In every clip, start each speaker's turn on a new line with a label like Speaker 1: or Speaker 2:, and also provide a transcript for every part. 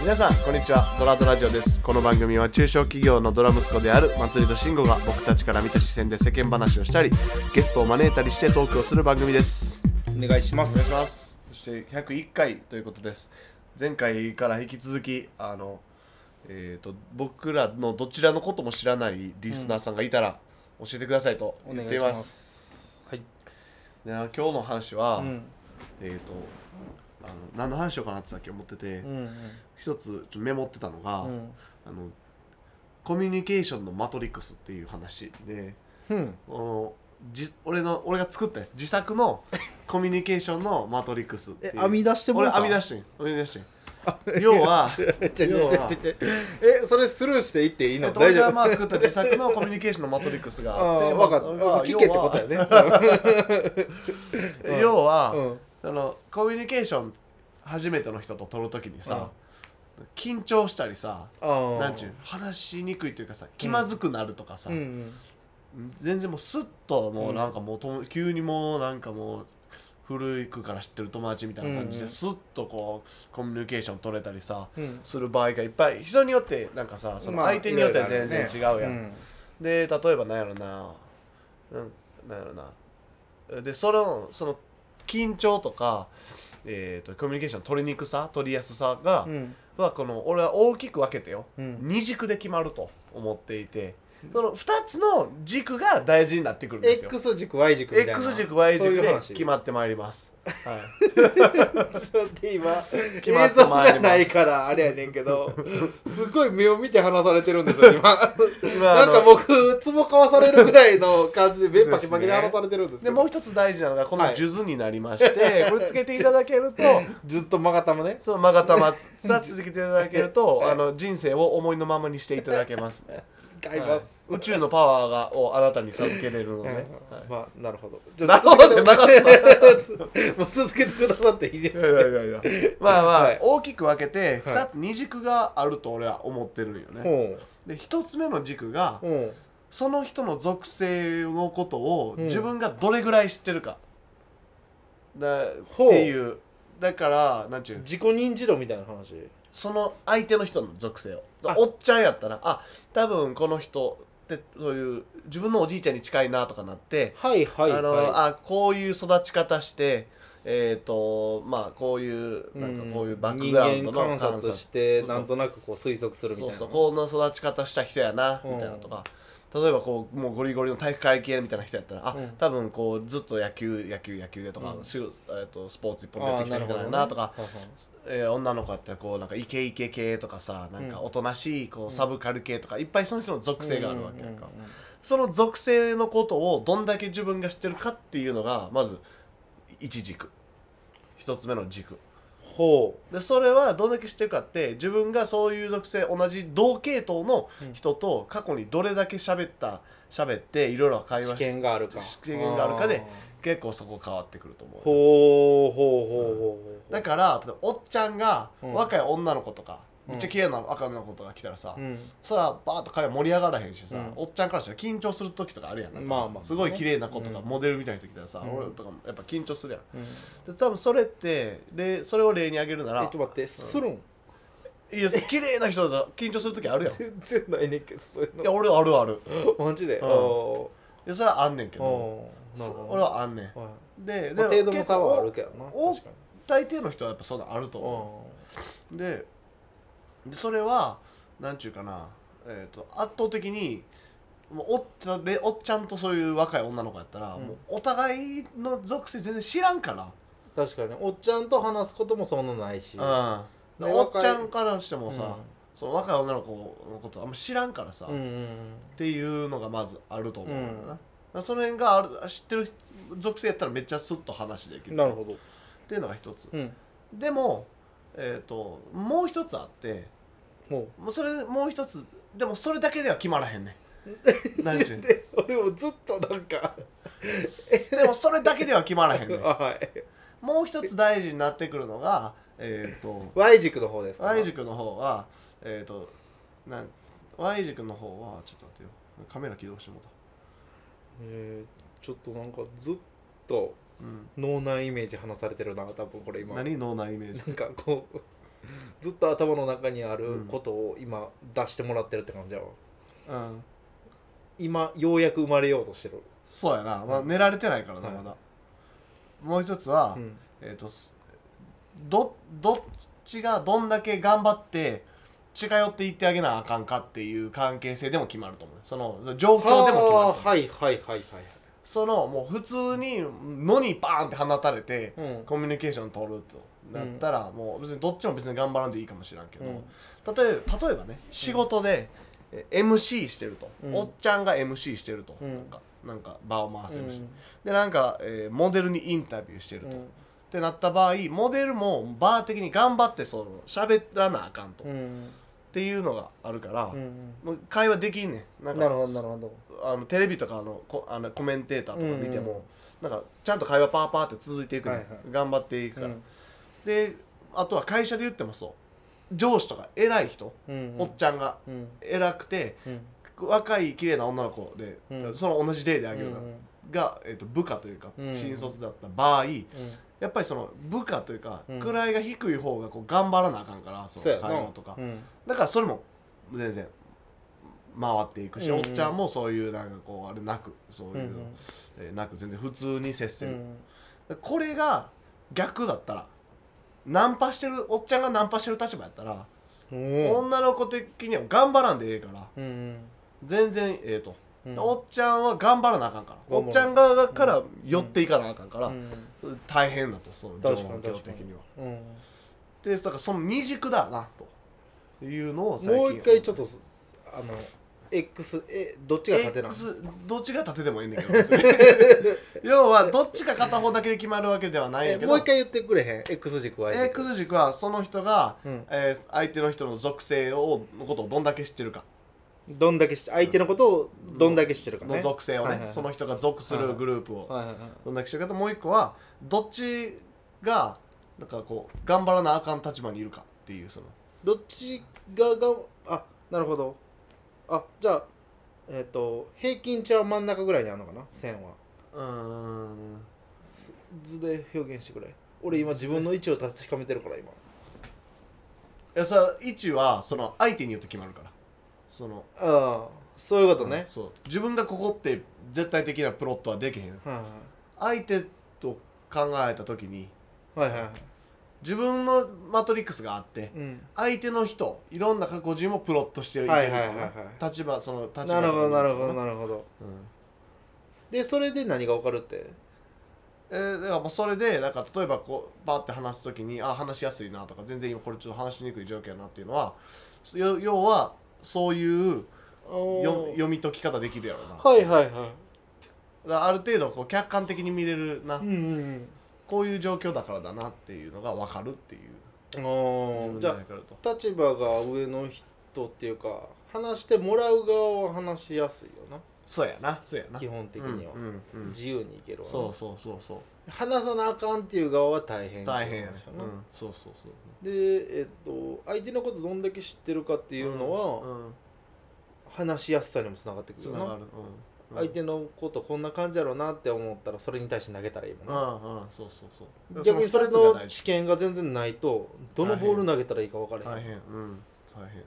Speaker 1: 皆さんこんにちはドラドラジオですこの番組は中小企業のドラ息子であるまつりとしんごが僕たちから見た視線で世間話をしたりゲストを招いたりしてトークをする番組です
Speaker 2: お願いしま
Speaker 1: お
Speaker 2: す
Speaker 1: 願いしますそして101回ということです前回から引き続きあのえー、と僕らのどちらのことも知らないリスナーさんがいたら教えてくださいと
Speaker 2: お
Speaker 1: 言
Speaker 2: 願
Speaker 1: っ
Speaker 2: い
Speaker 1: てい
Speaker 2: し
Speaker 1: ま
Speaker 2: ますすはい、
Speaker 1: で今日の話は、
Speaker 2: うん
Speaker 1: えっ、とあの何の話しようかなってさっき思ってて、
Speaker 2: うん
Speaker 1: 一つちょっとメモってたのが、
Speaker 2: うん
Speaker 1: あのコミュニケーションのマトリックスっていう話で
Speaker 2: うん
Speaker 1: あのじ俺の俺が作ったやつ自作 のコミュニケーションのマトリックスってい
Speaker 2: え
Speaker 1: う
Speaker 2: 編み出しても
Speaker 1: 俺
Speaker 2: ら
Speaker 1: 編み出
Speaker 2: し
Speaker 1: してん編み出してん要は
Speaker 2: て
Speaker 1: 要は
Speaker 2: えそれスルーしていっていい
Speaker 1: え
Speaker 2: の
Speaker 1: っと俺
Speaker 2: 大丈
Speaker 1: がまあ
Speaker 2: 夫
Speaker 1: 作った自作のコミュニケーションのマトリックスが
Speaker 2: あ
Speaker 1: あって
Speaker 2: あ
Speaker 1: まあ
Speaker 2: 分かった
Speaker 1: 要は
Speaker 2: あ聞けってことやねうん
Speaker 1: 要は、
Speaker 2: うん
Speaker 1: あのコミュニケーション初めての人と取るときにさ、緊張したりさ
Speaker 2: ああ
Speaker 1: なんちゅう話しにくいというかさ気まずくなるとかさ、
Speaker 2: うんうん
Speaker 1: 全然もうスッともううんなんかもうとも、急にもうなんかもう古くから知ってる友達みたいな感じ
Speaker 2: うん
Speaker 1: で
Speaker 2: うん
Speaker 1: スッとこうコミュニケーション取れたりさ
Speaker 2: うん
Speaker 1: する場合がいっぱい人によってなんかさその
Speaker 2: まあ
Speaker 1: 相手によってはい
Speaker 2: ろいろあ
Speaker 1: 全
Speaker 2: る
Speaker 1: 然
Speaker 2: ね
Speaker 1: 違うやん、で例えばなんやろなうんなんやろなでそのその緊張とか、えー、とコミュニケーションの取りにくさ取りやすさが、
Speaker 2: うん
Speaker 1: はこの俺は大きく分けてよ
Speaker 2: うん
Speaker 1: 二軸で決まると思っていてその2つの軸が大事になってくるんですよ
Speaker 2: X 軸 Y 軸みたいな
Speaker 1: X 軸 Y 軸で決
Speaker 2: っ
Speaker 1: まってまいりますはい
Speaker 2: て今
Speaker 1: 決ま
Speaker 2: 映
Speaker 1: って
Speaker 2: 像
Speaker 1: まいります
Speaker 2: がないからあれやねんけど すごい目を見て話されてるんですよ今なんか僕ツボかわされるぐらいの感じで目パキパキで話されてるんですけ
Speaker 1: で
Speaker 2: ど
Speaker 1: もう一つ大事なのがこの
Speaker 2: はい
Speaker 1: 数珠になりまして、 これつけていただけると
Speaker 2: ずっと曲がったもね
Speaker 1: その勾玉さ続けていただけると、
Speaker 2: はい
Speaker 1: あの人生を思いのままにしていただけます、
Speaker 2: 買います、
Speaker 1: はい宇宙のパワーがをあなたに授けれるので、はい
Speaker 2: まあなるほどじ
Speaker 1: なるほど
Speaker 2: 続けてもう続けてくださっていいで
Speaker 1: い
Speaker 2: す
Speaker 1: やいやいやいやまあまあ、
Speaker 2: はい
Speaker 1: 大きく分けて
Speaker 2: はい
Speaker 1: 2つ、二軸があると俺は思ってるんよね、
Speaker 2: ほ
Speaker 1: で1つ目の軸が
Speaker 2: うほ
Speaker 1: その人の属性のことを
Speaker 2: うん
Speaker 1: 自分がどれぐらい知ってるか、だっ
Speaker 2: ほう
Speaker 1: ていうだからなんちゅ
Speaker 2: う
Speaker 1: う
Speaker 2: 自己認知度みたいな話
Speaker 1: その相手の人の属性を
Speaker 2: あ
Speaker 1: おっちゃんやったらあ多分この人ってそういう自分のおじいちゃんに近いなとかなって、
Speaker 2: はいはい
Speaker 1: あの
Speaker 2: は
Speaker 1: あこういう育ち方してえっ、とまあこういう
Speaker 2: い
Speaker 1: なんかこういう
Speaker 2: うん
Speaker 1: バックグラウンドの
Speaker 2: 人間観察して
Speaker 1: 観察
Speaker 2: なんとなくこう推測するみたいな
Speaker 1: そうそうこの育ち方した人やな
Speaker 2: うん
Speaker 1: みたいなとか、例えばこうもうゴリゴリの体育会系みたいな人やったらあ、
Speaker 2: うん
Speaker 1: 多分こうずっと野球野球野球でとか、
Speaker 2: うん
Speaker 1: しゅえー、とスポーツ一
Speaker 2: あ
Speaker 1: 本出てき
Speaker 2: ー
Speaker 1: た
Speaker 2: る
Speaker 1: 人
Speaker 2: ほ
Speaker 1: や
Speaker 2: ど
Speaker 1: なとか、
Speaker 2: ね
Speaker 1: えー女の子やったらこうなんかイケイケ系とかさなんか
Speaker 2: うん
Speaker 1: おとなしいこ
Speaker 2: うん
Speaker 1: うサブカル系とか、いっぱいその人の属性があるわけやんか、
Speaker 2: うんうんうんう
Speaker 1: その属性のことをどんだけ自分が知ってるかっていうのがまず一軸一つ目の軸
Speaker 2: んほ
Speaker 1: でそれはどんだけ知ってるかって自分がそういう属性同じ同系統の人と過去にどれだけ喋った喋っていろいろ会
Speaker 2: う
Speaker 1: 話
Speaker 2: 知
Speaker 1: し
Speaker 2: 見があるか
Speaker 1: 知見があるかで
Speaker 2: ー
Speaker 1: 結構そこ変わってくると思う
Speaker 2: ほうほうほうほうほう
Speaker 1: だから例えばおっちゃんが
Speaker 2: うん
Speaker 1: 若い女の子とか、
Speaker 2: うん
Speaker 1: めっちゃ綺麗な若い女の子とか来たらさ、
Speaker 2: うん
Speaker 1: そらバーッと会話盛り上がらへんしさ、
Speaker 2: うん
Speaker 1: おっちゃんからしたら緊張する時とかあるやんなんかさ
Speaker 2: まあまあ
Speaker 1: すごい綺麗な子とか、
Speaker 2: うん
Speaker 1: モデルみたいな時ださ、
Speaker 2: うん
Speaker 1: 俺とかもやっぱ緊張するやん
Speaker 2: うん
Speaker 1: で多分それってでそれを例に挙げるなら
Speaker 2: えちょっと待ってするん
Speaker 1: いや綺麗な人だと緊張する時あるやん
Speaker 2: 全然ないねんけどそういう
Speaker 1: いや俺はあるある
Speaker 2: のマジで
Speaker 1: うん
Speaker 2: あー
Speaker 1: いやそれはあんねんけ
Speaker 2: あ
Speaker 1: ど
Speaker 2: ーなるほど
Speaker 1: 俺はあんねん
Speaker 2: はい
Speaker 1: で
Speaker 2: まあ程度の差はある
Speaker 1: 結
Speaker 2: けどな
Speaker 1: お
Speaker 2: 確か
Speaker 1: 構
Speaker 2: に
Speaker 1: 大抵の人はやっぱそんなんあると思うででそれはなんちゅうかな、えー、と圧倒的にもうおっちゃんれおっちゃんとそういう若い女の子やったら、
Speaker 2: うん
Speaker 1: もうお互いの属性全然知らんから、
Speaker 2: 確かにおっちゃんと話すこともそんなないし
Speaker 1: うん
Speaker 2: ね
Speaker 1: おっちゃんからしても
Speaker 2: う
Speaker 1: さ、その若い女の子のことあんま知らんからさ、
Speaker 2: んうんうん
Speaker 1: っていうのがまずあると思う、んだよな
Speaker 2: うん
Speaker 1: だからその辺がある知ってる属性やったらめっちゃスッと話でき
Speaker 2: うん
Speaker 1: る
Speaker 2: なるほど
Speaker 1: っていうのが一つ
Speaker 2: うん
Speaker 1: でも、えー、ともう一つあって
Speaker 2: も
Speaker 1: もうそれもう一つでもそれだけでは決まらへんねん
Speaker 2: う
Speaker 1: 何ちゅうの
Speaker 2: で俺もずっとなんか
Speaker 1: でもそれだけでは決まらへんねん
Speaker 2: はい
Speaker 1: もう一つ大事になってくるのがえっ、と
Speaker 2: Y 軸の方ですか
Speaker 1: Y 軸の方はえっ、となん Y 軸の方はちょっと待ってよカメラ起動してもうた
Speaker 2: えーちょっとなんかずっと脳内イメージ話されてるな多分これ
Speaker 1: うん、
Speaker 2: 今
Speaker 1: 何脳内イメージ
Speaker 2: なんかこうずっと頭の中にあることを今出してもらってるって感じやわ
Speaker 1: うん
Speaker 2: 今ようやく生まれようとしてる、
Speaker 1: そうやな、まあ、寝られてないからな、
Speaker 2: はい
Speaker 1: まだもう一つは、
Speaker 2: うん
Speaker 1: えっ、とすどどっちがどんだけ頑張って近寄っていってあげなあかんかっていう関係性でも決まると思うその状況でも決まる
Speaker 2: はあはいはいはいはい
Speaker 1: そのもう普通に野にバーンって放たれて
Speaker 2: うん
Speaker 1: コミュニケーション取るとなったら、もう別にどっちも別に頑張らんでいいかもしれんけど、
Speaker 2: うん
Speaker 1: 例えば例えばね仕事でえ MC してると、
Speaker 2: うん
Speaker 1: おっちゃんが MC してると、
Speaker 2: うん
Speaker 1: なんかなんか場を回せるし、
Speaker 2: うん
Speaker 1: でなんか、えーモデルにインタビューしてると、
Speaker 2: う
Speaker 1: っ
Speaker 2: ん
Speaker 1: てなった場合モデルもバー的に頑張ってその喋らなあかんと、
Speaker 2: う
Speaker 1: っ
Speaker 2: ん
Speaker 1: ていうのがあるから、
Speaker 2: うん
Speaker 1: もう会話できんねんなんか
Speaker 2: なるほどなるほど
Speaker 1: あのテレビとかのこあのコメンテーターとか見て
Speaker 2: うん
Speaker 1: も、なんかちゃんと会話パーパーって続いていくねん、
Speaker 2: はいはい
Speaker 1: 頑張っていく
Speaker 2: う
Speaker 1: から、
Speaker 2: ん
Speaker 1: であとは会社で言ってもそう上司とか偉い人、
Speaker 2: うん
Speaker 1: おっちゃんが
Speaker 2: うん
Speaker 1: 偉くて
Speaker 2: うん
Speaker 1: 若い綺麗な女の子で、
Speaker 2: うん
Speaker 1: その同じ例であ
Speaker 2: う
Speaker 1: げるな、
Speaker 2: ん
Speaker 1: が、えっと部下というか、
Speaker 2: うん
Speaker 1: 新卒だった場合
Speaker 2: うん
Speaker 1: やっぱりその部下というか、
Speaker 2: うん
Speaker 1: 位が低い方がこう頑張らなあかんからそ
Speaker 2: そう
Speaker 1: の
Speaker 2: やな
Speaker 1: 会話とか、
Speaker 2: うん
Speaker 1: だからそれも全然回っていくし、
Speaker 2: うん
Speaker 1: おっちゃんもそういうなんかこうあれなくそう
Speaker 2: う
Speaker 1: いうんの、えーなく全然普通に接せ
Speaker 2: う
Speaker 1: る、
Speaker 2: ん
Speaker 1: これが逆だったらナンパしてるおっちゃんがナンパしてる立場やったら、
Speaker 2: おー
Speaker 1: 女の子的には頑張らんでええから
Speaker 2: うん
Speaker 1: 全然ええと、
Speaker 2: うん
Speaker 1: おっちゃんは頑張らなあかんから、
Speaker 2: 頑張る
Speaker 1: おっちゃん側から寄っていかなあかんから、
Speaker 2: うん
Speaker 1: 大変だとその
Speaker 2: 確かに
Speaker 1: 状況
Speaker 2: 確か
Speaker 1: 的
Speaker 2: に
Speaker 1: には
Speaker 2: うん
Speaker 1: でだからその二軸だなというのを
Speaker 2: もう一回ちょ
Speaker 1: っ
Speaker 2: っとあの X えどっちが縦なの
Speaker 1: X どっちが縦でもいいんだけど別に 要はどっちか片方だけで決まるわけではないん
Speaker 2: え
Speaker 1: やけど
Speaker 2: もう一回言ってくれへん X 軸は
Speaker 1: X 軸はその人が、
Speaker 2: うん
Speaker 1: えー相手の人の属性をのことをどんだけ知ってるか
Speaker 2: どんだけし相手のことをどんだけ知ってるかね
Speaker 1: の属性をね、
Speaker 2: はいはいはい
Speaker 1: その人が属するグループを
Speaker 2: はいはいはい
Speaker 1: どんだけ知ってるかともう一個はどっちがなんかこう頑張らなあかん立場にいるかっていうその
Speaker 2: どっちががあなるほどあじゃあえっ、と平均値は真ん中ぐらいにあるのかな線は
Speaker 1: うーん
Speaker 2: す図で表現してくれ俺今自分の位置を確かめてるから今
Speaker 1: いやさ位置はその相手によって決まるからその
Speaker 2: ああそういうことね、
Speaker 1: そう自分がここって絶対的なプロットはできへん
Speaker 2: は
Speaker 1: 相
Speaker 2: い
Speaker 1: 手と考えた時に
Speaker 2: はいはいはいはい
Speaker 1: 自分のマトリックスがあって
Speaker 2: うん
Speaker 1: 相手の人いろんな過去人もプロットしていける
Speaker 2: はいはいはいはい
Speaker 1: 立場その立場
Speaker 2: なるほどなるほど
Speaker 1: ど、
Speaker 2: なるほど
Speaker 1: うん
Speaker 2: でそれで何が分かるって
Speaker 1: えーだからまあそれでなんか例えばこうバーって話す時にあ話しやすいなとか全然今これちょっと話しにくい状況やなっていうのはよ要はそういうよ
Speaker 2: よ
Speaker 1: 読み解き方できるやろうなだか
Speaker 2: はいはいは
Speaker 1: らある程度こう客観的に見れるない
Speaker 2: うん
Speaker 1: こういう状況だからだなっていうのが分かるっていう
Speaker 2: うん
Speaker 1: 自分
Speaker 2: じ
Speaker 1: で
Speaker 2: ゃ
Speaker 1: 分かると
Speaker 2: あ立場が上の人っていうか話してもらう側は話しやすいよな
Speaker 1: そうやなそうやな
Speaker 2: 基本的には、
Speaker 1: うんうんうん
Speaker 2: 自由にいけるわな
Speaker 1: そうそうそうそう
Speaker 2: 話さなあかんっていう側は大変
Speaker 1: 大変やね
Speaker 2: な、
Speaker 1: うん、そうそうそう
Speaker 2: でえっと相手のことどんだけ知ってるかって
Speaker 1: て
Speaker 2: いうのは、話しやすさにもつながってく
Speaker 1: つ
Speaker 2: るよ
Speaker 1: な
Speaker 2: な
Speaker 1: がる、うん、
Speaker 2: 相手のことこんな感じやろうなって思ったらそれに対して投げたらいいもん
Speaker 1: う
Speaker 2: な、
Speaker 1: んうんそうそうそう
Speaker 2: 逆にそれ
Speaker 1: の二つが
Speaker 2: の
Speaker 1: 大事
Speaker 2: 知見が全然ないとどのボール投げたらいいか分からへん
Speaker 1: 大変うん大変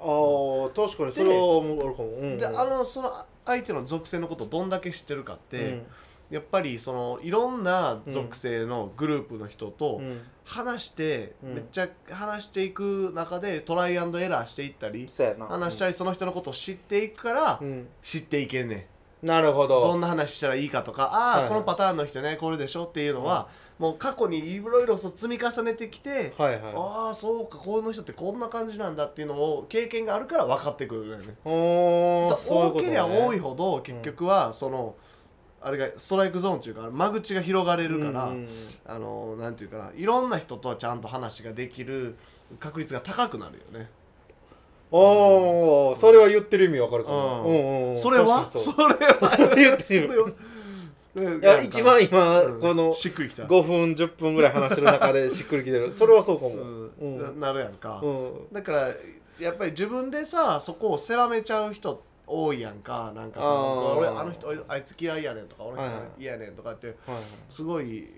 Speaker 2: あー確かにそれは思うあるかも、うんうん、
Speaker 1: であのその相手の属性のことをどんだけ知ってるかっ
Speaker 2: う
Speaker 1: て、
Speaker 2: ん
Speaker 1: やっぱりそのいろんな属性のグループの人と
Speaker 2: うん
Speaker 1: 話して、
Speaker 2: うん
Speaker 1: めっちゃ話していく中でトライアンドエラーしていったり、
Speaker 2: そうやな
Speaker 1: 話したりその人のことを知っていくから、
Speaker 2: うん、
Speaker 1: 知っていけんねん
Speaker 2: なるほど
Speaker 1: どんな話したらいいかとかああ、
Speaker 2: はいはい
Speaker 1: このパターンの人ねこれでしょっていうのは、もう過去にいろいろそう積み重ねてきて、
Speaker 2: はいはい
Speaker 1: ああそうかこの人ってこんな感じなんだっていうのを経験があるから分かってくるよね。
Speaker 2: おー
Speaker 1: そう
Speaker 2: そういう
Speaker 1: 多
Speaker 2: こと
Speaker 1: け
Speaker 2: ね
Speaker 1: りゃ多いほど結局はその、あれがストライクゾーンっていうか間口が広がれるから、
Speaker 2: うん
Speaker 1: あのなんていうかないろんな人とはちゃんと話ができる確率が高くなるよね。
Speaker 2: おおそれは言ってる意味わかるかも、
Speaker 1: うん
Speaker 2: うんうん
Speaker 1: それは
Speaker 2: 確か
Speaker 1: そ
Speaker 2: にそう
Speaker 1: れは
Speaker 2: それ言って
Speaker 1: それ
Speaker 2: る
Speaker 1: は うん
Speaker 2: いや一番今、
Speaker 1: うん
Speaker 2: この
Speaker 1: しっくりきた。
Speaker 2: 5分10分ぐらい話してる中でしっくりき てるそれはそうかも
Speaker 1: う
Speaker 2: うん
Speaker 1: んななるやんか、
Speaker 2: うん
Speaker 1: だからやっぱり自分でさそこを狭めちゃう人多いやんかなんかそ
Speaker 2: あー
Speaker 1: の俺あの人あいつ嫌いやねんとか俺
Speaker 2: はいはい
Speaker 1: 嫌やねんとかって
Speaker 2: はいはい
Speaker 1: すごい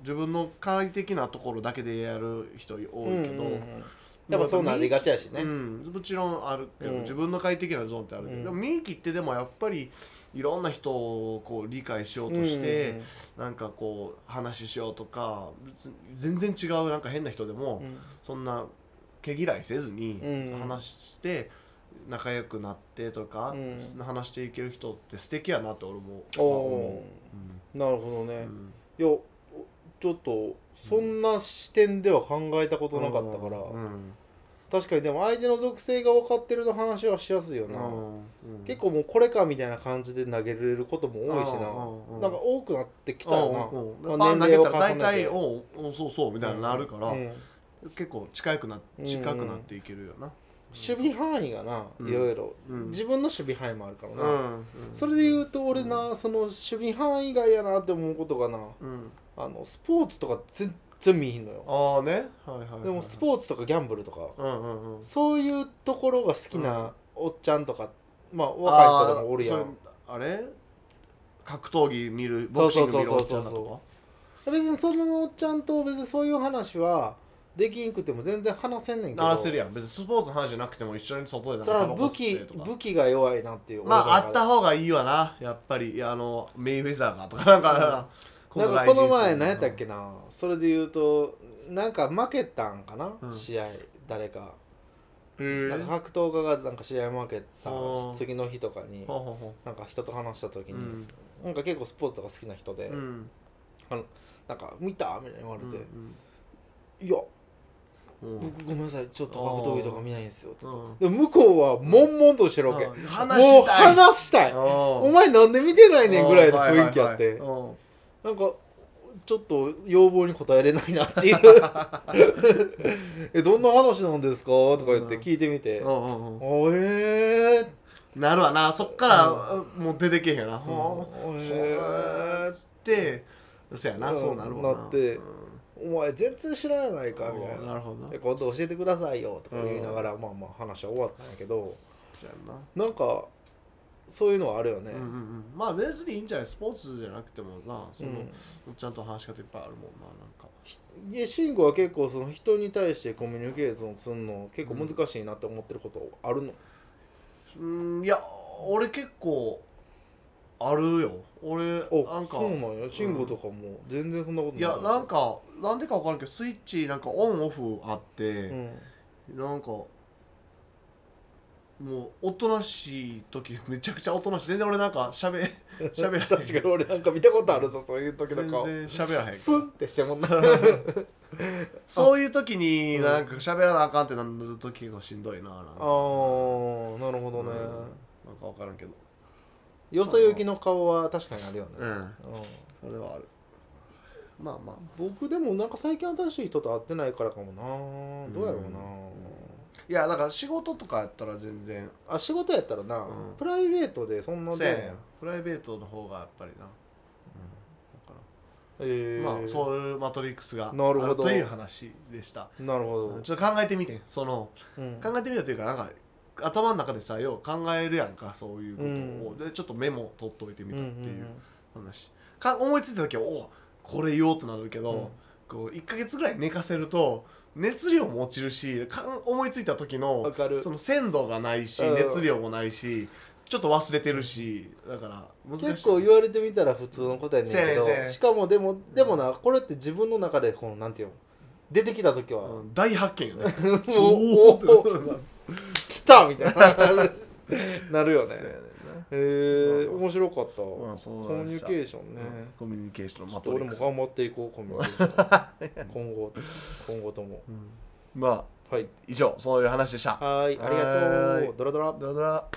Speaker 1: 自分の快適なところだけでやる人多いけど、
Speaker 2: うんうんうんやっぱそうなりがちやしね、
Speaker 1: うん、もちろんあるけど、
Speaker 2: うん
Speaker 1: 自分の快適なゾーンってあるけど、
Speaker 2: うん
Speaker 1: でもミーキってでもやっぱりいろんな人をこう理解しようとして、なんかこう話しようとか別に全然違うなんか変な人でも、
Speaker 2: うんうん
Speaker 1: そんな毛嫌いせずに
Speaker 2: うん
Speaker 1: 話して仲良くなってとか、
Speaker 2: うん
Speaker 1: 話していける人って素敵やなって俺も
Speaker 2: お
Speaker 1: 思
Speaker 2: お
Speaker 1: う。うん
Speaker 2: ーなるほど
Speaker 1: う
Speaker 2: ね、
Speaker 1: ん
Speaker 2: いやちょっとそんな視点では考えたことなかったから、
Speaker 1: うん
Speaker 2: 確かにでも相手の属性が分かってると話はしやすいよな、
Speaker 1: うん
Speaker 2: 結構もうこれかみたいな感じで投げれることも多いしな、
Speaker 1: うんうん
Speaker 2: なんか多くなってきたよな、
Speaker 1: うんうん
Speaker 2: まあ
Speaker 1: パン投げたら大
Speaker 2: 年齢
Speaker 1: 体
Speaker 2: を
Speaker 1: おうおうそうそうみたいになるから、
Speaker 2: うんうん
Speaker 1: 結構近くな
Speaker 2: うん
Speaker 1: 近くなっていけるよな、
Speaker 2: 守備範囲がな、
Speaker 1: うん
Speaker 2: いろいろ、
Speaker 1: うん
Speaker 2: 自分の守備範囲もあるから
Speaker 1: う
Speaker 2: な、
Speaker 1: ん
Speaker 2: それで言うと俺なその守備範囲がやなって思うことがな
Speaker 1: うん
Speaker 2: あのスポーツとか全然見えへんのよ
Speaker 1: ああねはいはいはい、
Speaker 2: でもスポーツとかギャンブルとか
Speaker 1: うんうんうん
Speaker 2: そういうところが好きなおっちゃんとか、まあ若い人でもおるや
Speaker 1: あー
Speaker 2: ん
Speaker 1: それあれ格闘技見るボクシング見るおっちゃんだ
Speaker 2: そうそうそうそう
Speaker 1: と
Speaker 2: 別にそのおっちゃんと別にそういう話はできんくても全然話せんねんけ
Speaker 1: か
Speaker 2: ど
Speaker 1: 鳴らせるやん別にスポーツの話じゃなくても一緒に外でなんか
Speaker 2: ただ
Speaker 1: タバコ
Speaker 2: 武
Speaker 1: 吸
Speaker 2: 器
Speaker 1: ってとか
Speaker 2: 武器が弱いなっていう
Speaker 1: まああ
Speaker 2: 俺
Speaker 1: っ
Speaker 2: が
Speaker 1: た方がいいわなやっぱりいやあのメイフェザーがとかなんか、
Speaker 2: なんか
Speaker 1: 大事
Speaker 2: こ
Speaker 1: にす
Speaker 2: の
Speaker 1: る
Speaker 2: 前何やったっけなそれで言うとなんか負けたんかな、
Speaker 1: うん
Speaker 2: 試合誰か
Speaker 1: へー
Speaker 2: なんか格闘家がなんか試合負けた
Speaker 1: うん
Speaker 2: 次の日とかに
Speaker 1: ほうほうほ
Speaker 2: なんか人と話した時
Speaker 1: う
Speaker 2: に、
Speaker 1: うん
Speaker 2: なんか結構スポーツとか好きな人で、
Speaker 1: うん
Speaker 2: なんか見たみたいに言われて、いや
Speaker 1: うんうん
Speaker 2: 僕ごめんなさいちょっと格闘技とか見ないんですよって言って、で向こうは悶々としてるわけ、
Speaker 1: うん
Speaker 2: も
Speaker 1: 話し
Speaker 2: う
Speaker 1: たい
Speaker 2: 話したいお
Speaker 1: お
Speaker 2: 前なんで見てないねんぐらいの雰囲気あって、
Speaker 1: う
Speaker 2: なんかちょっと要望に応えれないなっていう えどんな話なんですかとか言って聞いてみて、
Speaker 1: んうんうん
Speaker 2: おえー、
Speaker 1: なるわなそっからもう出てけへんよなほう
Speaker 2: お
Speaker 1: ほ
Speaker 2: え
Speaker 1: うっつってそや
Speaker 2: う
Speaker 1: なんそうなるわな
Speaker 2: なって
Speaker 1: うん
Speaker 2: ー、お前全然知らないかみたい
Speaker 1: な
Speaker 2: な
Speaker 1: るほどな
Speaker 2: え今度教えてくださいよとか言いながら、まあまあ話は終わったんやけど
Speaker 1: そやな
Speaker 2: なんかそういうのはあるよね、
Speaker 1: うんうんうんまあ別にいいんじゃないスポーツじゃなくてもなその
Speaker 2: うん
Speaker 1: おっちゃんと話し方いっぱいあるもんななんか
Speaker 2: いや慎吾は結構その人に対してコミュニケーションするの結構難しいなって思ってることあるの、
Speaker 1: うんいや俺結構あるよ俺
Speaker 2: お
Speaker 1: なんか
Speaker 2: そうなんや慎吾とかも全然そんなことない
Speaker 1: いやなんかなんでか分からんけどスイッチなんかオンオフあって、なんかもうおとなしい時 めちゃくちゃおとなしい全然俺なんかしゃべ しゃべらへん
Speaker 2: 確かに俺なんか見たことあるぞそういう時
Speaker 1: 全
Speaker 2: の顔
Speaker 1: 然しゃべらへん
Speaker 2: スンってしてもんな
Speaker 1: そういう時に
Speaker 2: うん
Speaker 1: なんかしゃべらなあかんってなる時がしんどいななんか
Speaker 2: あーなるほ
Speaker 1: う
Speaker 2: ど
Speaker 1: んなん
Speaker 2: ね、
Speaker 1: か分からんけど
Speaker 2: よそ行きの顔は確かにあるよね、
Speaker 1: うん
Speaker 2: うん
Speaker 1: それはあるまあまあ
Speaker 2: 僕でもなんか最近新しい人と会ってないからかもなどうやろうな、
Speaker 1: いやだから仕事とかやったら全然
Speaker 2: あ仕事やったらな、
Speaker 1: うん
Speaker 2: プライベートでそんな
Speaker 1: そう
Speaker 2: で
Speaker 1: や
Speaker 2: も
Speaker 1: ねんプライベートの方がやっぱりな、だから
Speaker 2: えー、
Speaker 1: まあそういうマトリックスがあ
Speaker 2: なるほど
Speaker 1: という話でした
Speaker 2: なるほど、
Speaker 1: ちょっと考えてみてその
Speaker 2: うん
Speaker 1: 考えてみたというかなんか頭の中でさよう考えるやんかそういうことを、
Speaker 2: うん
Speaker 1: でちょっとメモ取っといてみたってい
Speaker 2: ん
Speaker 1: う話、か思いついた時はおこれ言おうってなるけど、
Speaker 2: うん
Speaker 1: こう1か月ぐらい寝かせると熱量も落ちるしか思いついた時
Speaker 2: うんわ
Speaker 1: の
Speaker 2: かる
Speaker 1: その鮮度がないし
Speaker 2: うん
Speaker 1: 熱量もないしちょっと忘れてるしだから難しい
Speaker 2: 結構言われてみたら普通の答えねんけ
Speaker 1: せやねんせやね
Speaker 2: ど
Speaker 1: ん
Speaker 2: しかもでもでもなこれって自分の中でこのなんていうの出てきた時は、
Speaker 1: う
Speaker 2: も
Speaker 1: ん大発見よね
Speaker 2: う
Speaker 1: お
Speaker 2: おー
Speaker 1: ー
Speaker 2: 来たみたいななるよね
Speaker 1: そうやねんな
Speaker 2: へえ
Speaker 1: まあまあ
Speaker 2: 面白かった、
Speaker 1: まあそう
Speaker 2: コ
Speaker 1: なんで
Speaker 2: ミュニ
Speaker 1: した
Speaker 2: ケーションね、
Speaker 1: うんコミュニケーションの
Speaker 2: ちょ
Speaker 1: マ
Speaker 2: っと
Speaker 1: トリ
Speaker 2: 俺
Speaker 1: ッ
Speaker 2: も
Speaker 1: クス、う
Speaker 2: 頑張っていこうコミュニケーション今後今後とも
Speaker 1: んまあ
Speaker 2: はい
Speaker 1: 以上そういう話でした
Speaker 2: はいありが
Speaker 1: は
Speaker 2: と
Speaker 1: ー
Speaker 2: うドラドラ
Speaker 1: ドラドラ